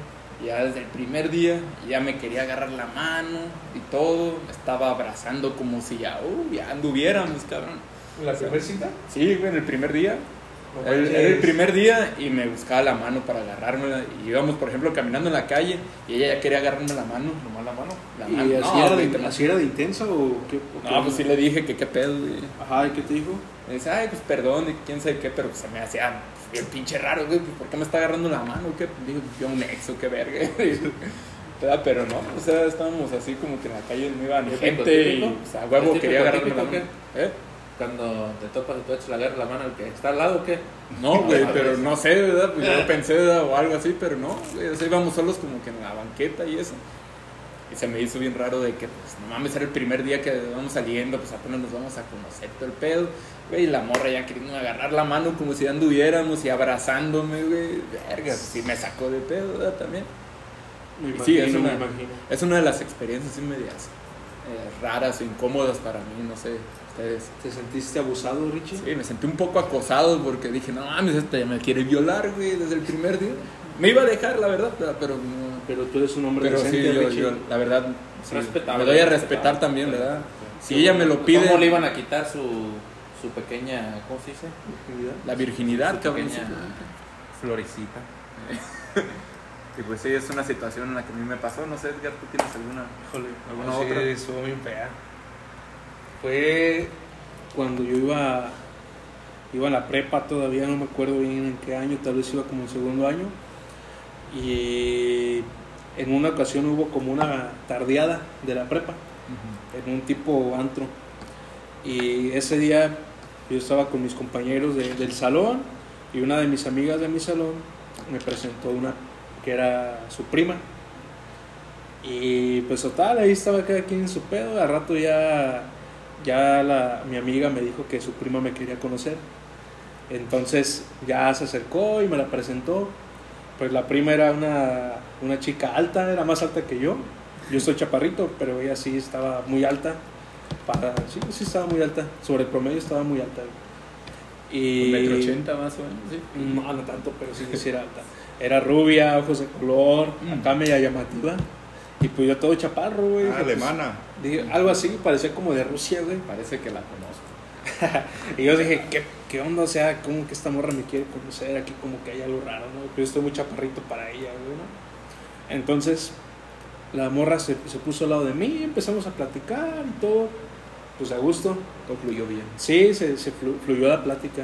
D: ya desde el primer día, ya me quería agarrar la mano y todo, me estaba abrazando como si ya, uh, ya anduviéramos, cabrón.
A: ¿La primera cita?
D: Sí, güey, en el primer día,
A: No
D: era el,
A: manches.
D: era el primer día y me buscaba la mano para agarrármela. Y íbamos, por ejemplo, caminando en la calle y ella ya quería agarrarme la mano.
A: Nomás la mano.
D: La
F: ¿Y
D: mano.
F: así,
D: No,
F: era
D: güey,
F: de,
D: no.
F: así era de intensa o qué? o
D: No,
F: qué?
D: pues sí le dije que qué pedo, güey.
F: Ajá, ¿y qué te dijo?
D: Me dice, ay, pues perdón, y quién sabe qué, pero pues, se me hacía pues, bien pinche raro, güey, pues, ¿por qué me está agarrando la mano? ¿Qué? Digo, yo un exo, qué verga. ¿Verdad? Pero no, o sea, estábamos así como que en la calle no iba ni
A: Típico,
D: gente
A: típico.
D: y pues, a huevo
A: ¿Es
D: quería
A: típico,
D: agarrarme la mano.
A: típico
D: ¿Eh?
A: Cuando te topas y tú echas la agarra la mano al que está al lado, ¿o qué?
D: No, güey,
A: Ah,
D: pero
A: pues.
D: no sé, ¿verdad? Pues yo pensé, ¿verdad? O algo así, pero no, güey. O sea, íbamos solos como que en la banqueta y eso. Y se me hizo bien raro de que, pues, no mames, era el primer día que vamos saliendo, pues apenas nos vamos a conocer todo el pedo. Güey, y la morra ya queriendo agarrar la mano como si ya anduviéramos y abrazándome, güey. Verga, pues, sí me sacó de pedo, ¿verdad? También.
F: Me
D: Y
F: imagino,
D: sí, es
F: me
D: una-
F: imagino.
D: Es una de las experiencias así medias eh, raras o incómodas para mí, no sé, ustedes.
F: ¿Te sentiste abusado, Richie?
D: Sí, me sentí un poco acosado porque dije, no mames, este me quiere violar, güey, desde el primer día. Me iba a dejar, la verdad, pero- pero no.
F: Pero tú eres un hombre
D: Pero sí,
F: decente,
D: yo,
F: Richie.
D: yo, la verdad, sí,
A: Respetable,
D: me doy a
A: respetable.
D: respetar también, ¿verdad? Si
A: Sí,
D: ella me lo pide,
A: ¿Cómo le iban a quitar su, su pequeña, ¿cómo se dice?
F: Mira.
D: la virginidad, cabrón.
A: pequeña-
D: sí.
A: Florecita. Y pues sí, es una situación en la que a mí me pasó. No sé, Edgar, ¿tú tienes alguna?
F: Híjole.
A: ¿Alguna
F: Sí,
A: otra?
F: estuvo bien fea.
A: Fue
F: Cuando yo iba, iba a la prepa todavía, no me acuerdo bien en qué año, tal vez iba como en segundo año. Y en una ocasión hubo como una tardeada de la prepa, en un tipo antro. Y ese día yo estaba con mis compañeros de- del salón y una de mis amigas de mi salón me presentó una que era su prima. Y pues total, ahí estaba cada quien en su pedo. Al rato ya, ya la, mi amiga me dijo que su prima me quería conocer. Entonces ya se acercó y me la presentó. Pues la prima era una, una chica alta, era más alta que yo. Yo soy chaparrito, pero ella sí estaba muy alta. Para, sí, sí estaba muy alta. Sobre el promedio estaba muy alta. Y,
D: Un metro ochenta más o menos, sí.
F: no, no tanto, pero sí, sí era alta. Era rubia, ojos de color,
D: Mm.
F: acá media llamativa. Y pues yo todo chaparro, güey. Pues,
C: Ah, alemana.
F: Dije, algo así, parecía como de Rusia, güey.
D: Parece que la conozco.
F: Y yo dije, ¿qué, qué onda? O sea, como que esta morra me quiere conocer aquí, como que hay algo raro, ¿no? Pero yo estoy muy chaparrito para ella, güey, ¿no? Entonces, la morra se, se puso al lado de mí, empezamos a platicar y todo, pues a gusto.
D: Todo fluyó bien.
F: Sí, se, se flu- fluyó la plática.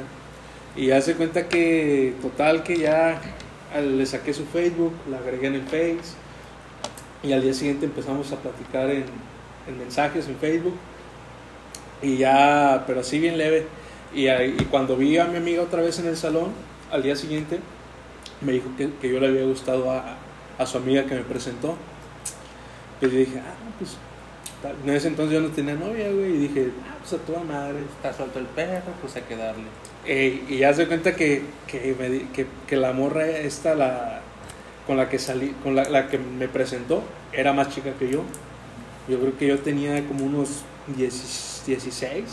F: Y hace cuenta que, total, que ya al- le saqué su Facebook, la agregué en el Face. Y al día siguiente empezamos a platicar en, en mensajes en Facebook. Y ya, pero así bien leve. Y, ahí- y cuando vi a mi amiga otra vez en el salón, al día siguiente, me dijo que, que yo le había gustado a, a su amiga que me presentó. Pues yo dije, ah, pues. tal- En ese entonces yo no tenía novia, güey. Y dije, ah, pues a toda madre.
A: Está suelto el perro, pues hay que darle.
F: Eh, y ya se cuenta que, que, me di- que, que la morra esta, la, con la que salí, con la, la que me presentó, era más chica que yo. Yo creo que yo tenía como unos 10 16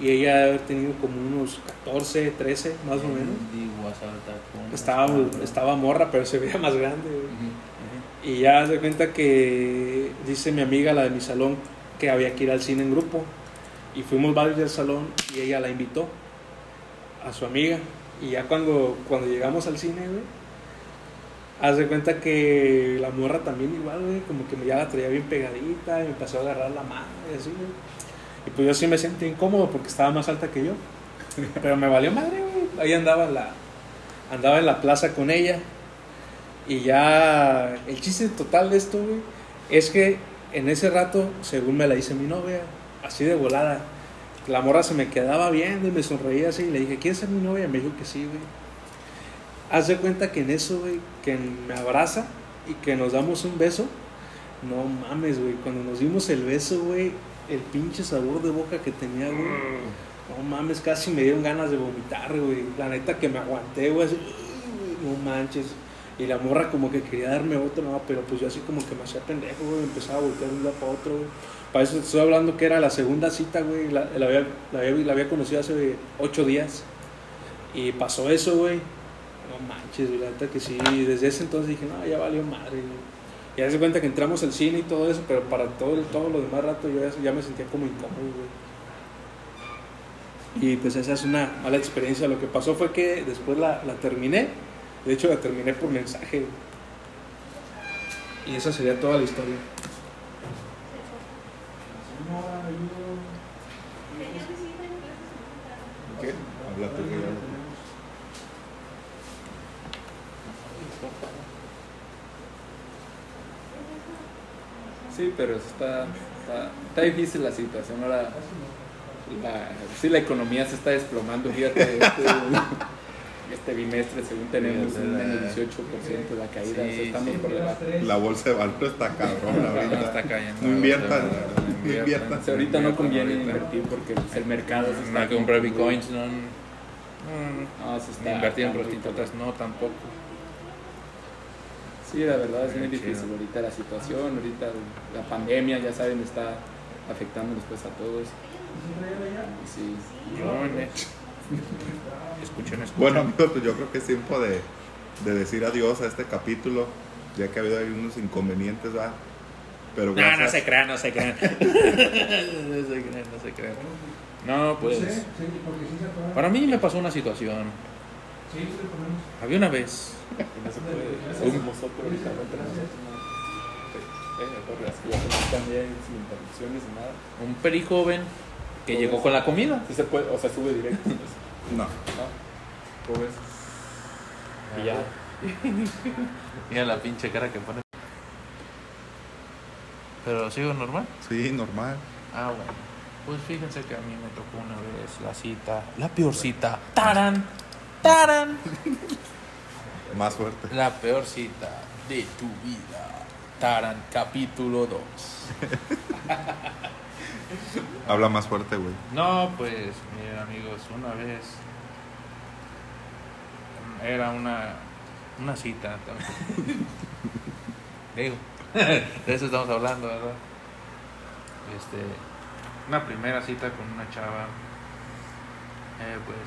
F: y ella debe haber tenido como unos 14, 13 más o menos.
A: Digo, asalta con-
F: Estaba, estaba morra, pero se veía más grande. güey.
A: Ujú, ujú.
F: Y ya se cuenta que dice mi amiga, la de mi salón, que había que ir al cine en grupo. Y fuimos varios del salón y ella la invitó a su amiga. Y ya cuando, cuando llegamos al cine, güey, hace cuenta que la morra también igual, güey, como que ya la traía bien pegadita y me empezó a agarrar la mano y así, güey. Y pues yo sí me sentí incómodo porque estaba más alta que yo. Pero me valió madre, güey. Ahí andaba en la, andaba en la plaza con ella. Y ya el chiste total de esto, güey, es que en ese rato, según me la hice mi novia, así de volada, la morra se me quedaba viendo y me sonreía así. Y le dije, ¿quieres ser mi novia? Me dijo que sí, güey. Haz de cuenta que en eso, güey, que me abraza y que nos damos un beso. No mames, güey. Cuando nos dimos el beso, güey, el pinche sabor de boca que tenía, güey. No mames, casi me dieron ganas de vomitar, güey. La neta que me aguanté, güey. así, "Uy, güey, No manches.
G: Y la morra como que quería darme otro, no, pero pues yo así como que me hacía pendejo, güey, empezaba a voltear de un lado para otro, güey. Para eso estoy hablando que era la segunda cita, güey, la, la había, la, había, la había conocido hace ocho días. Y pasó eso, güey. No manches, güey, la neta que sí. Desde ese entonces dije, no, ya valió madre, güey. Y hace cuenta que entramos al cine y todo eso, pero para todo, todo lo demás rato yo ya, ya me sentía como incómodo, güey. Y pues esa es una mala experiencia. Lo que pasó fue que después la, la terminé. De hecho, la terminé por mensaje. güey. Y esa sería toda la historia.
C: ¿Qué? Habla tú, güey, habla tú.
D: Sí, pero está, está, está difícil la situación. Ahora, la, sí, la economía se está desplomando, fíjate. Este, este bimestre, según tenemos,
C: Sí,
D: un
C: la-
D: 18% de la caída. o sea,
A: Sí,
D: estamos
A: sí.
D: por debajo.
C: La bolsa de valor está cabrón
A: No
C: ahorita.
A: está cayendo.
C: No inviertan, no
D: O
C: inviertan.
D: sea, ahorita no conviene
A: Ahorita.
D: invertir porque pues, el mercado se
A: No
D: está...
A: comprar bitcoins, no. no,
D: No, se
A: Ni
D: está...
A: invertir en
D: está muy
A: prostitutas, no tampoco.
D: Sí, la verdad es muy
A: Bien chido.
D: difícil ahorita la situación, ahorita la pandemia, ya saben, está afectando después a todos. Sí.
A: Millones. Escuchen, escuchen.
C: Bueno, amigos, pues yo creo que es tiempo de, de decir adiós a este capítulo, ya que ha habido ahí unos inconvenientes, ¿verdad? Pero
A: No,
C: gracias.
A: no se crean, no se crean. no se crean, no se crean. No, pues. Para mí me pasó una situación. Había una vez.
D: Somos nosotros ahorita, no tenemos una- Eh, corre, así, así también, sin interrupciones ni nada.
A: un peri joven que llegó con la comida.
D: Sí se puede, o sea, sube directo. pues,
C: No.
D: ¿no? Pobres. Y ya.
A: Mira la pinche cara que pone. Pero sigo normal.
C: Sí, normal.
A: Ah, bueno. Pues fíjense que a mí me tocó una vez la cita, la peor cita. Taran, taran.
C: Más fuerte.
A: La peor cita de tu vida. Taran, capítulo 2.
C: Habla más fuerte, güey.
A: No, pues, miren amigos, una vez mm, era una, una cita. también. Digo, de eso estamos hablando, ¿verdad? Este, una primera cita con una chava, eh, pues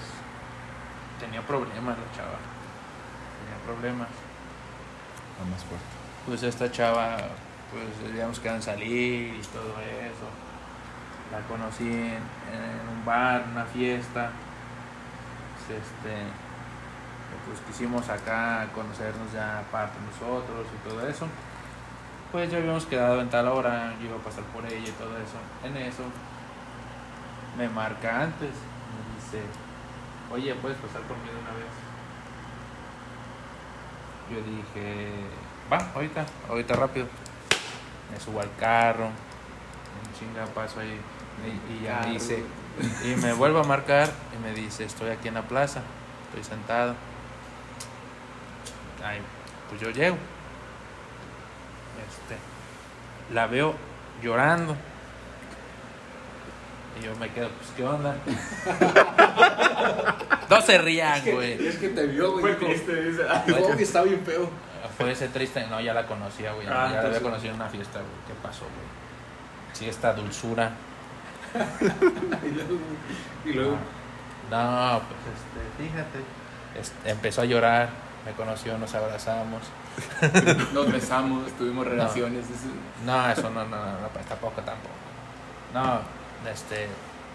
A: tenía problemas la chava, tenía problemas.
C: Habla más fuerte.
A: Pues esta chava, pues digamos que han salir y todo eso. La conocí en, en un bar, en una fiesta. Pues, este, pues quisimos acá conocernos ya aparte nosotros y todo eso. Pues ya habíamos quedado en tal hora, yo iba a pasar por ella y todo eso. En eso me marca antes, me dice, oye, ¿puedes pasar por mí de una vez? Yo dije, va, ahorita, ahorita rápido. Me subo al carro, un chinga paso ahí. Y, y ya me dice, y me vuelve a marcar y me dice, estoy aquí en la plaza, estoy sentado. Ay, pues yo llego. Este, la veo llorando. Y yo me quedo, pues, ¿qué onda? no se rían, güey.
D: Es que te vio, güey. dijo,
F: dice.
D: "Ay, güey, está bien feo.
A: Fue ese triste, no, ya la conocía, güey.
F: Ah,
A: ya la había
F: entonces-
A: conocido en una fiesta, güey. ¿Qué pasó, güey? Sí, esta dulzura.
D: Y luego- Y luego,
A: No, pues este, fíjate. Este, empezó a llorar, me conoció, nos abrazamos.
D: nos besamos, tuvimos relaciones. eso-
A: No, eso no, no, no, no, pues tampoco, tampoco. No, este,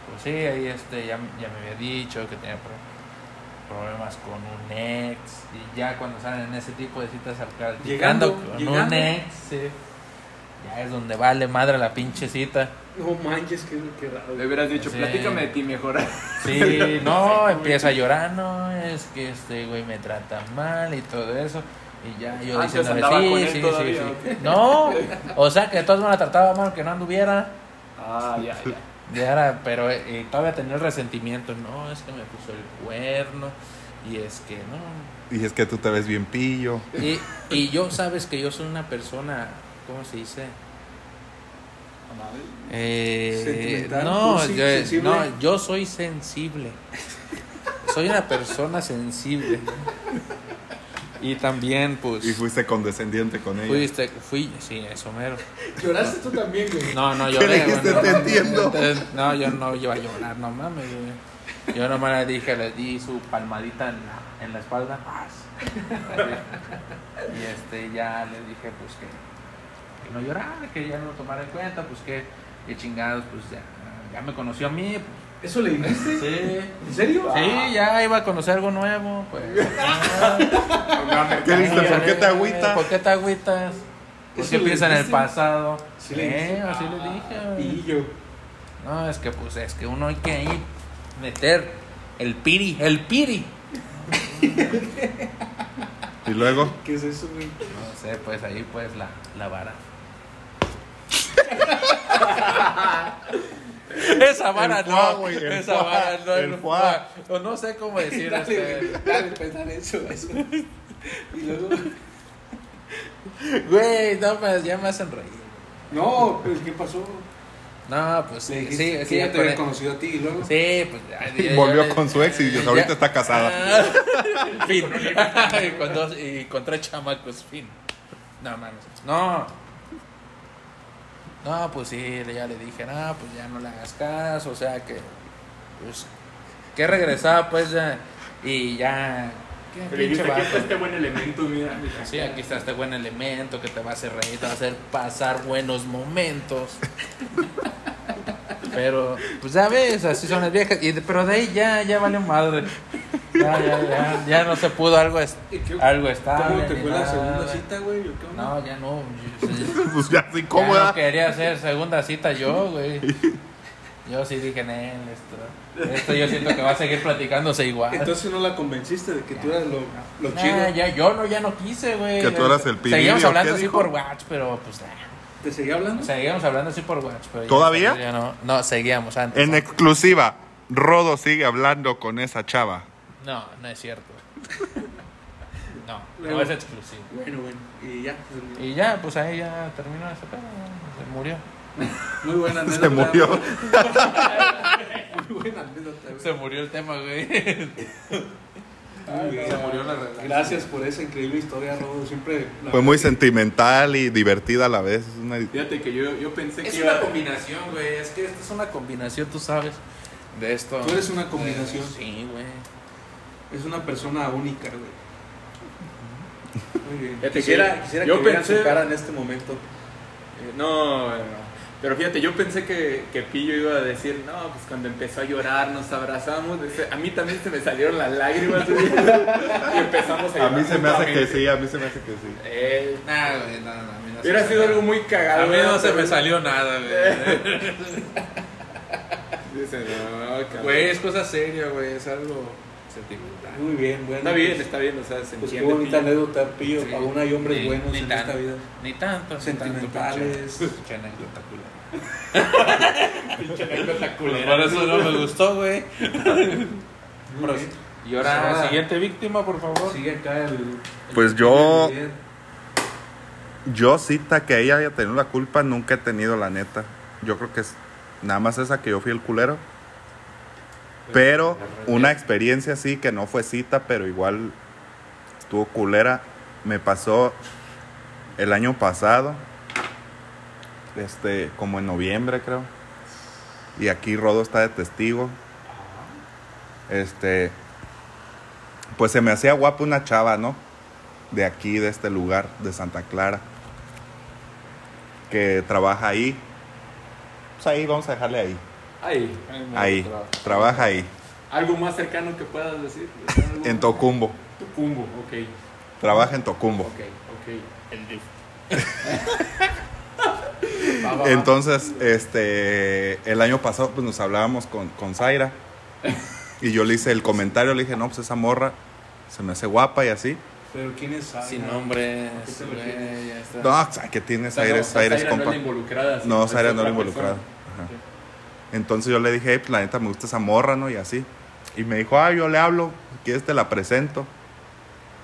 A: pues sí, ahí este, ya, ya me había dicho que tenía pro- problemas con un ex. Y ya cuando salen en ese tipo de citas al
G: Llegando,
A: con un
G: llegando.
A: ex, sí, ya es donde vale madre la pinche cita.
G: No manches, qué, qué raro.
D: Le hubieras dicho,
A: Sí.
D: platícame de ti mejor.
A: Sí, no, empieza a llorar, no, es que este güey me trata mal y todo eso. Y ya yo
D: Ah,
A: diciendo,
D: entonces andaba con
A: sí,
D: él
A: sí, sí,
D: todavía,
A: sí. No, o sea que de todas maneras la trataba mal, que no anduviera.
D: Ah, ya, ya.
A: Ya era, pero eh, todavía tenía el resentimiento, no, es que me puso el cuerno y es que no.
C: Y es que tú te ves bien pillo.
A: Y, y yo sabes que yo soy una persona, ¿cómo se dice?
D: Amable.
A: Eh,
G: Sentimental,
A: no,
G: cursi,
A: yo,
G: sensible.
A: no, yo soy sensible. Soy una persona sensible. Y también, pues.
C: Y fuiste condescendiente con ella.
A: Fuiste, fui, sí, eso mero.
F: Lloraste tú también, güey.
A: No, no,
C: ¿Qué
A: lloré.
C: le dijiste?
A: güey,
C: Te
A: no.
C: entiendo.
A: Entonces, no, yo no iba a llorar, no mames, güey. Yo nomás le dije, le di su palmadita en la, en la espalda. ¡paz! Y este, ya le dije, pues que, que no llorara, que ya no lo tomara en cuenta, pues que, que chingados, pues ya, ya me conoció a mí.
F: ¿Eso le dijiste?
A: Pues, sí.
F: ¿En serio?
A: Sí, ya iba a conocer algo nuevo, pues.
C: ¿Qué le dijiste? ¿Por qué te agüitas?
A: ¿Por qué te agüitas? ¿Por
F: Eso
A: qué
F: le
A: piensas en el
F: dijiste.
A: pasado?
F: Sí le dijiste.
A: Eh, así le dije. güey.
F: Y yo.
A: No, es que pues es que uno hay que ahí meter el piri, el piri.
C: Y luego,
F: ¿Qué es eso, güey?
A: No sé, pues ahí pues la, la vara. Esa vara
C: El
A: no,
C: fuá, güey, el
A: esa
C: fuá,
A: vara no,
C: el
A: no,
C: fuá.
A: o no sé cómo decir este.
F: Dale, pues dale eso, eso. Y luego.
A: Güey, no, pues ya me hacen reír.
F: No, pues ¿qué pasó?
A: No, pues
F: Le
A: sí,
F: dijiste
A: sí,
F: que
A: sí,
F: ella te había
A: pero-
F: conocido a ti y luego.
A: sí, pues ya- ya- ya
C: volvió
A: le-
C: con su ex y dices,
A: ya-
C: ahorita está casada.
A: Ah, fin. y, con dos, y con tres chamacos, fin. No, mames. No. No, pues sí, ya le dije, no, pues ya no le hagas caso, o sea que. Pues. Que regresaba, pues ya. Y ya. qué
D: Pero
A: pinche
D: viste que
A: vato.
D: fue este buen elemento, mira. mija.
A: Sí, aquí está este buen elemento que te va a hacer reír, te va a hacer pasar buenos momentos. Pero, pues ya ves, así son las viejas. Y de- pero de ahí ya, ya vale madre. Ya, ya, ya, ya no se pudo algo, es,
F: ¿Y qué-
A: algo estable.
F: ¿Cómo te
A: ni
F: fue la
A: Ah, nada.
F: segunda cita, güey? ¿O qué onda?
A: No, ya no. yo-
C: Pues ya así
A: ya no
C: cómoda.
A: quería hacer segunda cita yo, güey. Yo sí dije, "Nel, esto, esto yo siento que va a seguir platicándose igual.
F: Entonces no la convenciste de que tú eras lo, lo
A: Nah,
F: chido.
A: ya, yo no, ya no quise, güey.
C: Que tú eras el
A: Seguíamos
C: Piridio,
A: hablando
C: ¿qué
A: así
C: dijo?
A: por Watch, pero pues nah.
F: ¿Te seguía hablando?
A: Seguíamos hablando así por Watch, pero ya-
C: ¿Todavía?
A: ya no, no, seguíamos antes.
C: En exclusiva, Rodo sigue hablando con esa chava.
A: No, no es cierto. No,
F: Luego.
A: no es exclusivo.
F: Bueno, bueno. Y ya. se olvidó.
A: Y ya, pues ahí ya terminó ese pedo. Se murió.
F: Muy buena anécdota.
C: Se murió.
F: Muy buena anécdota, güey.
A: Se murió el tema, güey.
F: Muy bien. Gracias por esa increíble historia, Rodo. Siempre. la
C: Fue muy
F: verdad
C: sentimental y divertida a la vez. Es una-
D: Fíjate que yo, yo pensé
A: Es
D: que
A: una
D: iba.
A: combinación, güey. Es que esto es una combinación, tú sabes. De esto.
F: Tú eres una combinación.
A: Sí, güey.
F: que Es una persona única, güey. Muy bien.
D: Fíjate que
F: Quisiera, quisiera
D: yo
F: que vieran
D: pensé-
F: su cara en este momento.
D: Eh, No, eh, no. pero fíjate, yo pensé que, que Pillo iba a decir, no, pues cuando empezó a llorar nos abrazamos. dice, A mí también se me salieron las lágrimas. güey. y empezamos a
C: A
D: llorar.
C: mí se me hace que
D: juntamente.
C: sí, a mí se me hace que sí.
D: Eh,
A: Nah, güey, no, no, a mí no se
D: hubiera
A: me
D: sido
A: salió.
D: algo muy cagado.
A: A mí no
D: ¿verdad?
A: se me
D: Pero-
A: salió nada, güey.
D: Dice, no, cabrón.
A: Güey, es cosa seria, güey, es algo sentimental.
F: Muy bien, bueno.
D: Está bien, está bien, o sea, se
F: Pues qué
D: entiende,
F: bonita
D: Pillo.
F: anécdota, Pillo.
A: Sí.
F: Aún hay hombres
A: Ni-
F: buenos
A: ni
F: en
A: tan-
F: esta vida.
A: Ni tanto, ni tanto,
F: Sentimentales.
A: pinche- pinche anécdota culera. Pues Por eso no me gustó, güey.
F: Muy bien.
A: Y ahora,
F: Ahora-
A: siguiente víctima, por favor.
F: Sigue acá el. el-
C: Pues yo,
F: Muy bien.
C: yo cita que ella haya tenido la culpa, nunca he tenido la neta. Yo creo que es nada más esa que yo fui el culero. Pero una experiencia así que no fue cita, pero igual estuvo culera. Me pasó el año pasado, este, como en noviembre creo. Y aquí Rodo está de testigo. Este, pues se me hacía guapa una chava, ¿no? De aquí, de este lugar, de Santa Clara, que trabaja ahí. Pues ahí, vamos a dejarle ahí.
D: Ahí.
C: Ahí, trabaja ahí,
D: Algo más cercano que puedas decir. O sea, algo-
C: en Tocumbo.
D: Tucumbo, ok.
C: Trabaja en Tocumbo.
D: Ok, ok. El DIF.
C: Entonces, este, el año pasado pues nos hablábamos con, con Zaira y yo le hice el comentario, le dije, no, pues esa morra se me hace guapa y así.
F: Pero quién es Zaira?
A: Sin nombres,
F: ¿A qué te
A: güey,
F: refieres?
A: ya está.
C: No, pues, o sea, que tiene Zaira, es- Zaira es compa.
D: No era involucrada. sino
C: No,
D: es
C: Zaira no
D: otra
C: era involucrada.
D: persona.
C: Ajá. Entonces yo le dije, hey, pues la neta me gusta esa morra, ¿no? Y así. Y me dijo, ah, yo le hablo, si quieres te la presento.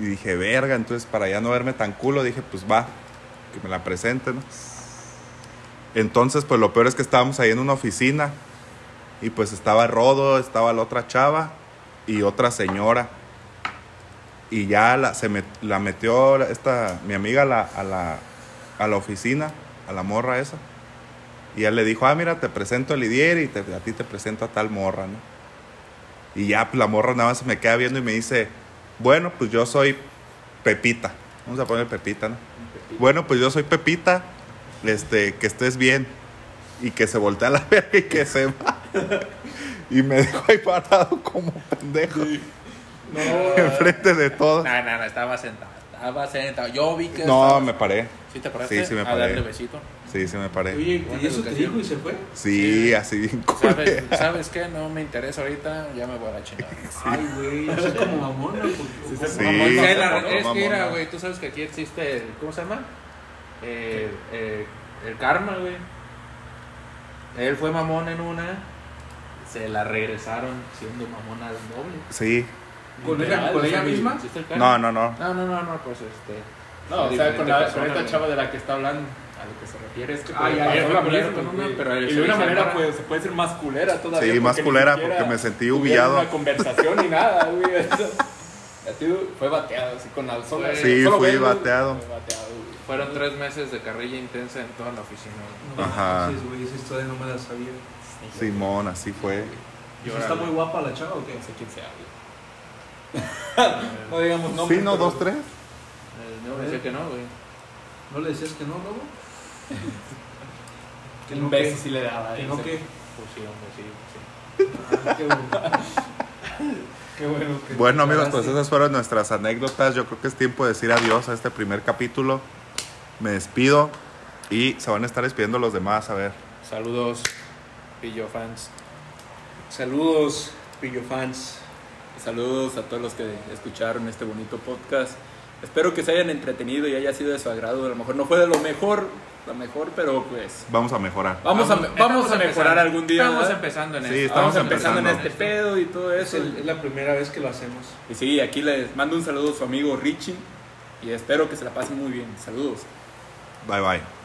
C: Y dije, verga, entonces para ya no verme tan culo, dije, pues va, que me la presente, ¿no? Entonces, pues lo peor es que estábamos ahí en una oficina y pues estaba Rodo, estaba la otra chava y otra señora. Y ya la, se met- la metió esta, mi amiga a la, a, la, a la oficina, a la morra esa. Y él le dijo, ah, mira, te presento a Lidier y te- a ti te presento a tal morra, ¿no? Y ya pues, la morra nada más se me queda viendo y me dice, bueno, pues yo soy Pepita. Vamos a poner Pepita, ¿no? Bueno, pues yo soy Pepita, este, que estés bien. Y que se voltea a la verga y que se va. Y me dejó ahí parado como pendejo. Enfrente de todo.
A: No, no, no, estaba sentado. Estaba sentado. Yo vi que.
C: No,
A: estabas-
C: me paré.
A: ¿Sí te paraste?
C: Sí, sí me
A: A
C: paré.
A: darle besito.
C: Sí, sí me paré.
F: Oye, ¿y eso te dijo y se fue?
C: Sí, así bien
A: ¿Sabes,
C: culera.
A: ¿Sabes qué? No me interesa ahorita. Ya me voy a la chingada.
F: Ay, güey, así como mamona. pues, pues,
C: Sí,
A: Mamón,
C: se
A: es la-
C: portó
A: es que era,
C: mamona.
A: güey, tú sabes que aquí existe el, ¿cómo se llama? Eh, eh, el karma, güey. Él fue mamón en una, se la regresaron siendo mamona al doble.
C: Sí.
D: ¿Con ella,
F: Literal,
D: ¿Con
F: o
D: ella
F: sea,
D: misma?
A: ¿Existe el karma?
C: No, no, no.
A: No, no, no, no, pues este.
F: No, o sea,
A: Diferente
F: con, la,
A: persona,
F: con esta
A: güey.
F: chava de la que está hablando, a lo que se refiere es que pues,
D: Ah, ya,
F: ayer
D: ya,
F: fue
D: la
F: culero
D: misma,
F: con una,
D: güey.
F: pero él
D: Y
F: se
D: de una
F: hizo
D: manera
F: morra.
D: pues, se puede ser más culera todavía.
C: Sí, más
F: ni
C: culera,
F: siquiera
C: porque me sentí
F: tuvieron
C: humillado.
F: una conversación ni nada, güey. o sea, a ti fue bateado, así con la sola.
A: Sí,
F: solo
C: fui
F: verlo,
C: bateado.
F: Fue bateado, güey.
A: Fueron tres meses de carrilla intensa en toda la oficina. güey.
G: No
C: Ajá.
G: manches, güey, esa historia no me la sabía.
C: Simón, así fue.
A: Llorando.
G: ¿Está muy guapa la chava o qué?
F: No sé quién sea, güey.
G: No digamos no.
C: Sí, no, dos, tres.
A: Eh, No, decía que no, güey.
G: ¿No le decías que no, Lobo? Que
F: Un
G: no
F: beso
G: qué,
F: sí le daba.
G: que
F: eh,
G: no
F: se-
G: qué.
A: Pues sí, hombre, sí. sí.
G: Ah, qué bueno. Qué bueno. que-
C: Bueno amigos,
G: ahora
C: pues
G: sí.
C: esas fueron nuestras anécdotas. Yo creo que es tiempo de decir adiós a este primer capítulo. Me despido y se van a estar despidiendo los demás. A ver.
A: Saludos, Pillo fans.
G: Saludos, Pillo fans.
D: Saludos a todos los que escucharon este bonito podcast. Espero que se hayan entretenido y haya sido de su agrado. A lo mejor no fue de lo mejor, lo mejor, pero pues
C: Vamos a mejorar.
D: vamos, a,
A: estamos
D: vamos a mejorar
A: empezando.
D: algún día.
A: Estamos
D: ¿verdad?
A: empezando en
C: Sí,
A: esto.
C: estamos
D: Vamos empezando en
C: empezando.
D: este pedo y todo
G: Es,
D: eso.
G: el- es la primera vez que lo hacemos.
D: Y sí, aquí les mando un saludo a su amigo Richie y espero que se la pasen muy bien. Saludos.
C: Bye bye.